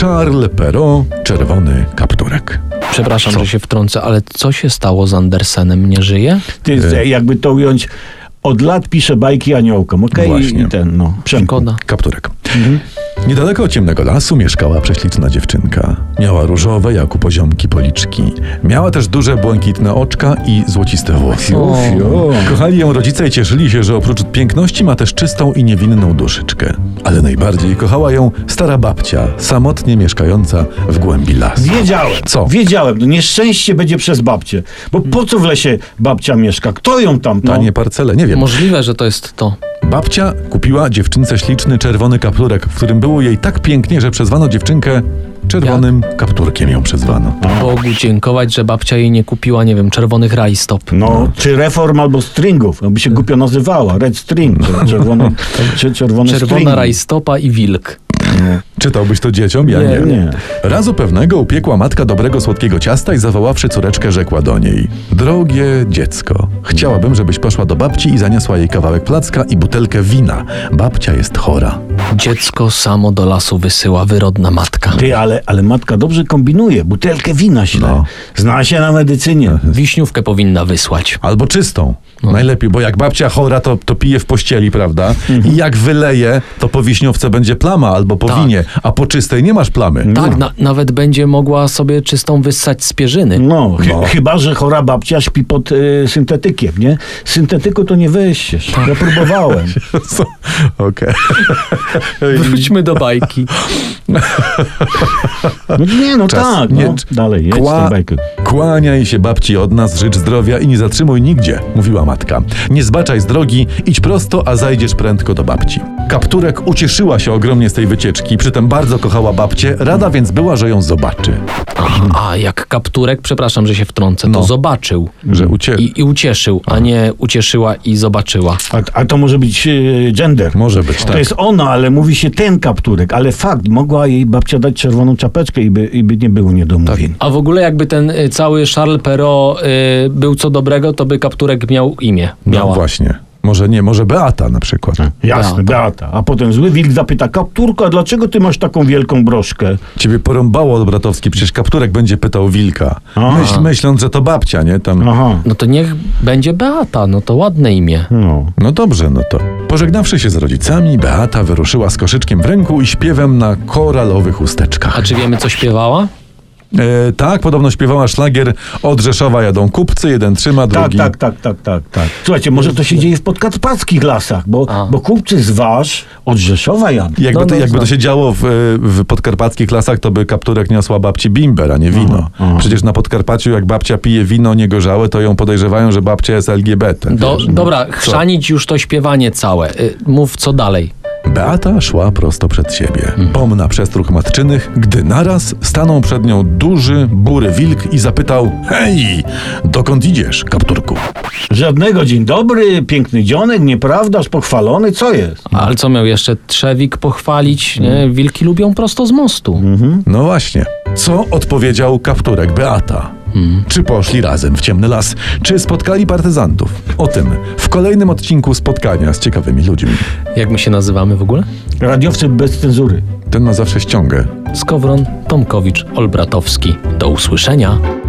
Charles Perrault, czerwony kapturek. Przepraszam, że się wtrącę, ale co się stało z Andersenem? Nie żyje? Ty, E. jakby to ująć, od lat pisze bajki aniołkom, okej? I- Właśnie. I ten, no. Przemku. Szkoda. Kapturek. Niedaleko ciemnego lasu mieszkała prześliczna dziewczynka. Miała różowe, jak u poziomki, policzki. Miała też duże, błękitne oczka i złociste włosy. O. Kochali ją rodzice i cieszyli się, że oprócz piękności ma też czystą i niewinną duszyczkę. Ale najbardziej kochała ją stara babcia, samotnie mieszkająca w głębi lasu. Wiedziałem. Co? Wiedziałem. No nieszczęście będzie przez babcię. Bo Mm. po co w lesie babcia mieszka? Kto ją tam? No? Tanie parcele, nie wiem. Możliwe, że to jest to. Babcia kupiła dziewczynce śliczny czerwony kapturek, w którym było jej tak pięknie, że przezwano dziewczynkę czerwonym kapturkiem ją przezwano. No. Bogu dziękować, że babcia jej nie kupiła, nie wiem, czerwonych rajstop. No, czy reform albo stringów, jakby się głupio nazywała. Red string, czy czerwony, czy czerwony string. Czerwona rajstopa i wilk. Czytałbyś to dzieciom? Ja nie. Nie, nie. Razu pewnego upiekła matka dobrego słodkiego ciasta i zawoławszy córeczkę rzekła do niej. Drogie dziecko, chciałabym, żebyś poszła do babci i zaniosła jej kawałek placka i butelkę wina. Babcia jest chora. Dziecko samo do lasu wysyła wyrodna matka. Ty, ale, ale matka dobrze kombinuje. Butelkę wina śle. No. Mhm. Zna się na medycynie. Wiśniówkę powinna wysłać. Albo czystą. No. Najlepiej, bo jak babcia chora, to, to pije w pościeli, prawda? Mhm. I jak wyleje, to po wiśniowce będzie plama albo po Tak. winie, a po czystej nie masz plamy. No. Tak, na, nawet będzie mogła sobie czystą wyssać z pierzyny. No, chy- No. chyba, że chora babcia śpi pod y, syntetykiem, nie? Syntetyku to nie weźiesz. Tak. Ja próbowałem. Co? Okej. Wróćmy do bajki. No, nie, no Czas. tak. Nie, no. czy- Dalej, jedź Kła- tą bajkę. Kłaniaj się babci od nas, życz zdrowia i nie zatrzymuj nigdzie, mówiła matka. Nie zbaczaj z drogi, idź prosto, a zajdziesz prędko do babci. Kapturek ucieszyła się ogromnie z tej wycieczki, przy tym bardzo kochała babcię, rada więc była, że ją zobaczy. A jak kapturek, przepraszam, że się wtrącę, to No. zobaczył Że Mhm. ucie... i, i ucieszył, a nie ucieszyła i zobaczyła. A, a to może być y, gender. Może być, To tak. jest ona, ale mówi się ten kapturek. Ale fakt, mogła jej babcia dać czerwoną czapeczkę i by, i by nie było niedomówień. A w ogóle jakby ten y, cały Charles Perrault y, był co dobrego, to by kapturek miał imię. No Miała. Tak. właśnie. Może nie, może Beata na przykład. Tak. Jasne, Beata. A potem zły wilk zapyta, kapturko, a dlaczego ty masz taką wielką broszkę? Ciebie porąbało Dobratowski, przecież Kapturek będzie pytał Wilka. A. Myśl, myśląc, że to babcia, nie? Tam... Aha. no to niech będzie Beata, no to ładne imię. No. No dobrze, no to. Pożegnawszy się z rodzicami, Beata wyruszyła z koszyczkiem w ręku i śpiewem na koralowych usteczkach. A czy wiemy, co śpiewała? E, tak, podobno śpiewała szlagier od Rzeszowa jadą kupcy, jeden trzyma, Tak, drugi... tak, tak, tak, tak, tak. Słuchajcie, może to się dzieje w podkarpackich lasach, bo, bo kupcy z Wasz od Rzeszowa jadą. Jakby, No, to, no, jakby no. to się działo w, e, w podkarpackich lasach, to by kapturek niosła babci bimber, a nie No, wino. Przecież na Podkarpaciu, jak babcia pije wino niegorzałe, to ją podejrzewają, że babcia jest LGBT. Do, wiesz, no. dobra, chrzanić już to śpiewanie całe. Y, mów, co dalej. Beata szła prosto przed siebie, pomna przestrug matczynych, gdy naraz stanął przed nią duży, bury wilk i zapytał Hej, dokąd idziesz, kapturku? Żadnego dzień dobry, piękny dzionek, nieprawdaż, pochwalony, co jest? No. Ale co miał jeszcze Trzewik pochwalić? Nie? Mm. Wilki lubią prosto z mostu. No właśnie. Co odpowiedział kapturek Beata? Czy poszli razem w ciemny las? Czy spotkali partyzantów? O tym w kolejnym odcinku spotkania z ciekawymi ludźmi. Jak my się nazywamy w ogóle? Radiowcy bez cenzury. Ten ma zawsze ściągę. Skowron, Tomkowicz, Olbratowski. Do usłyszenia.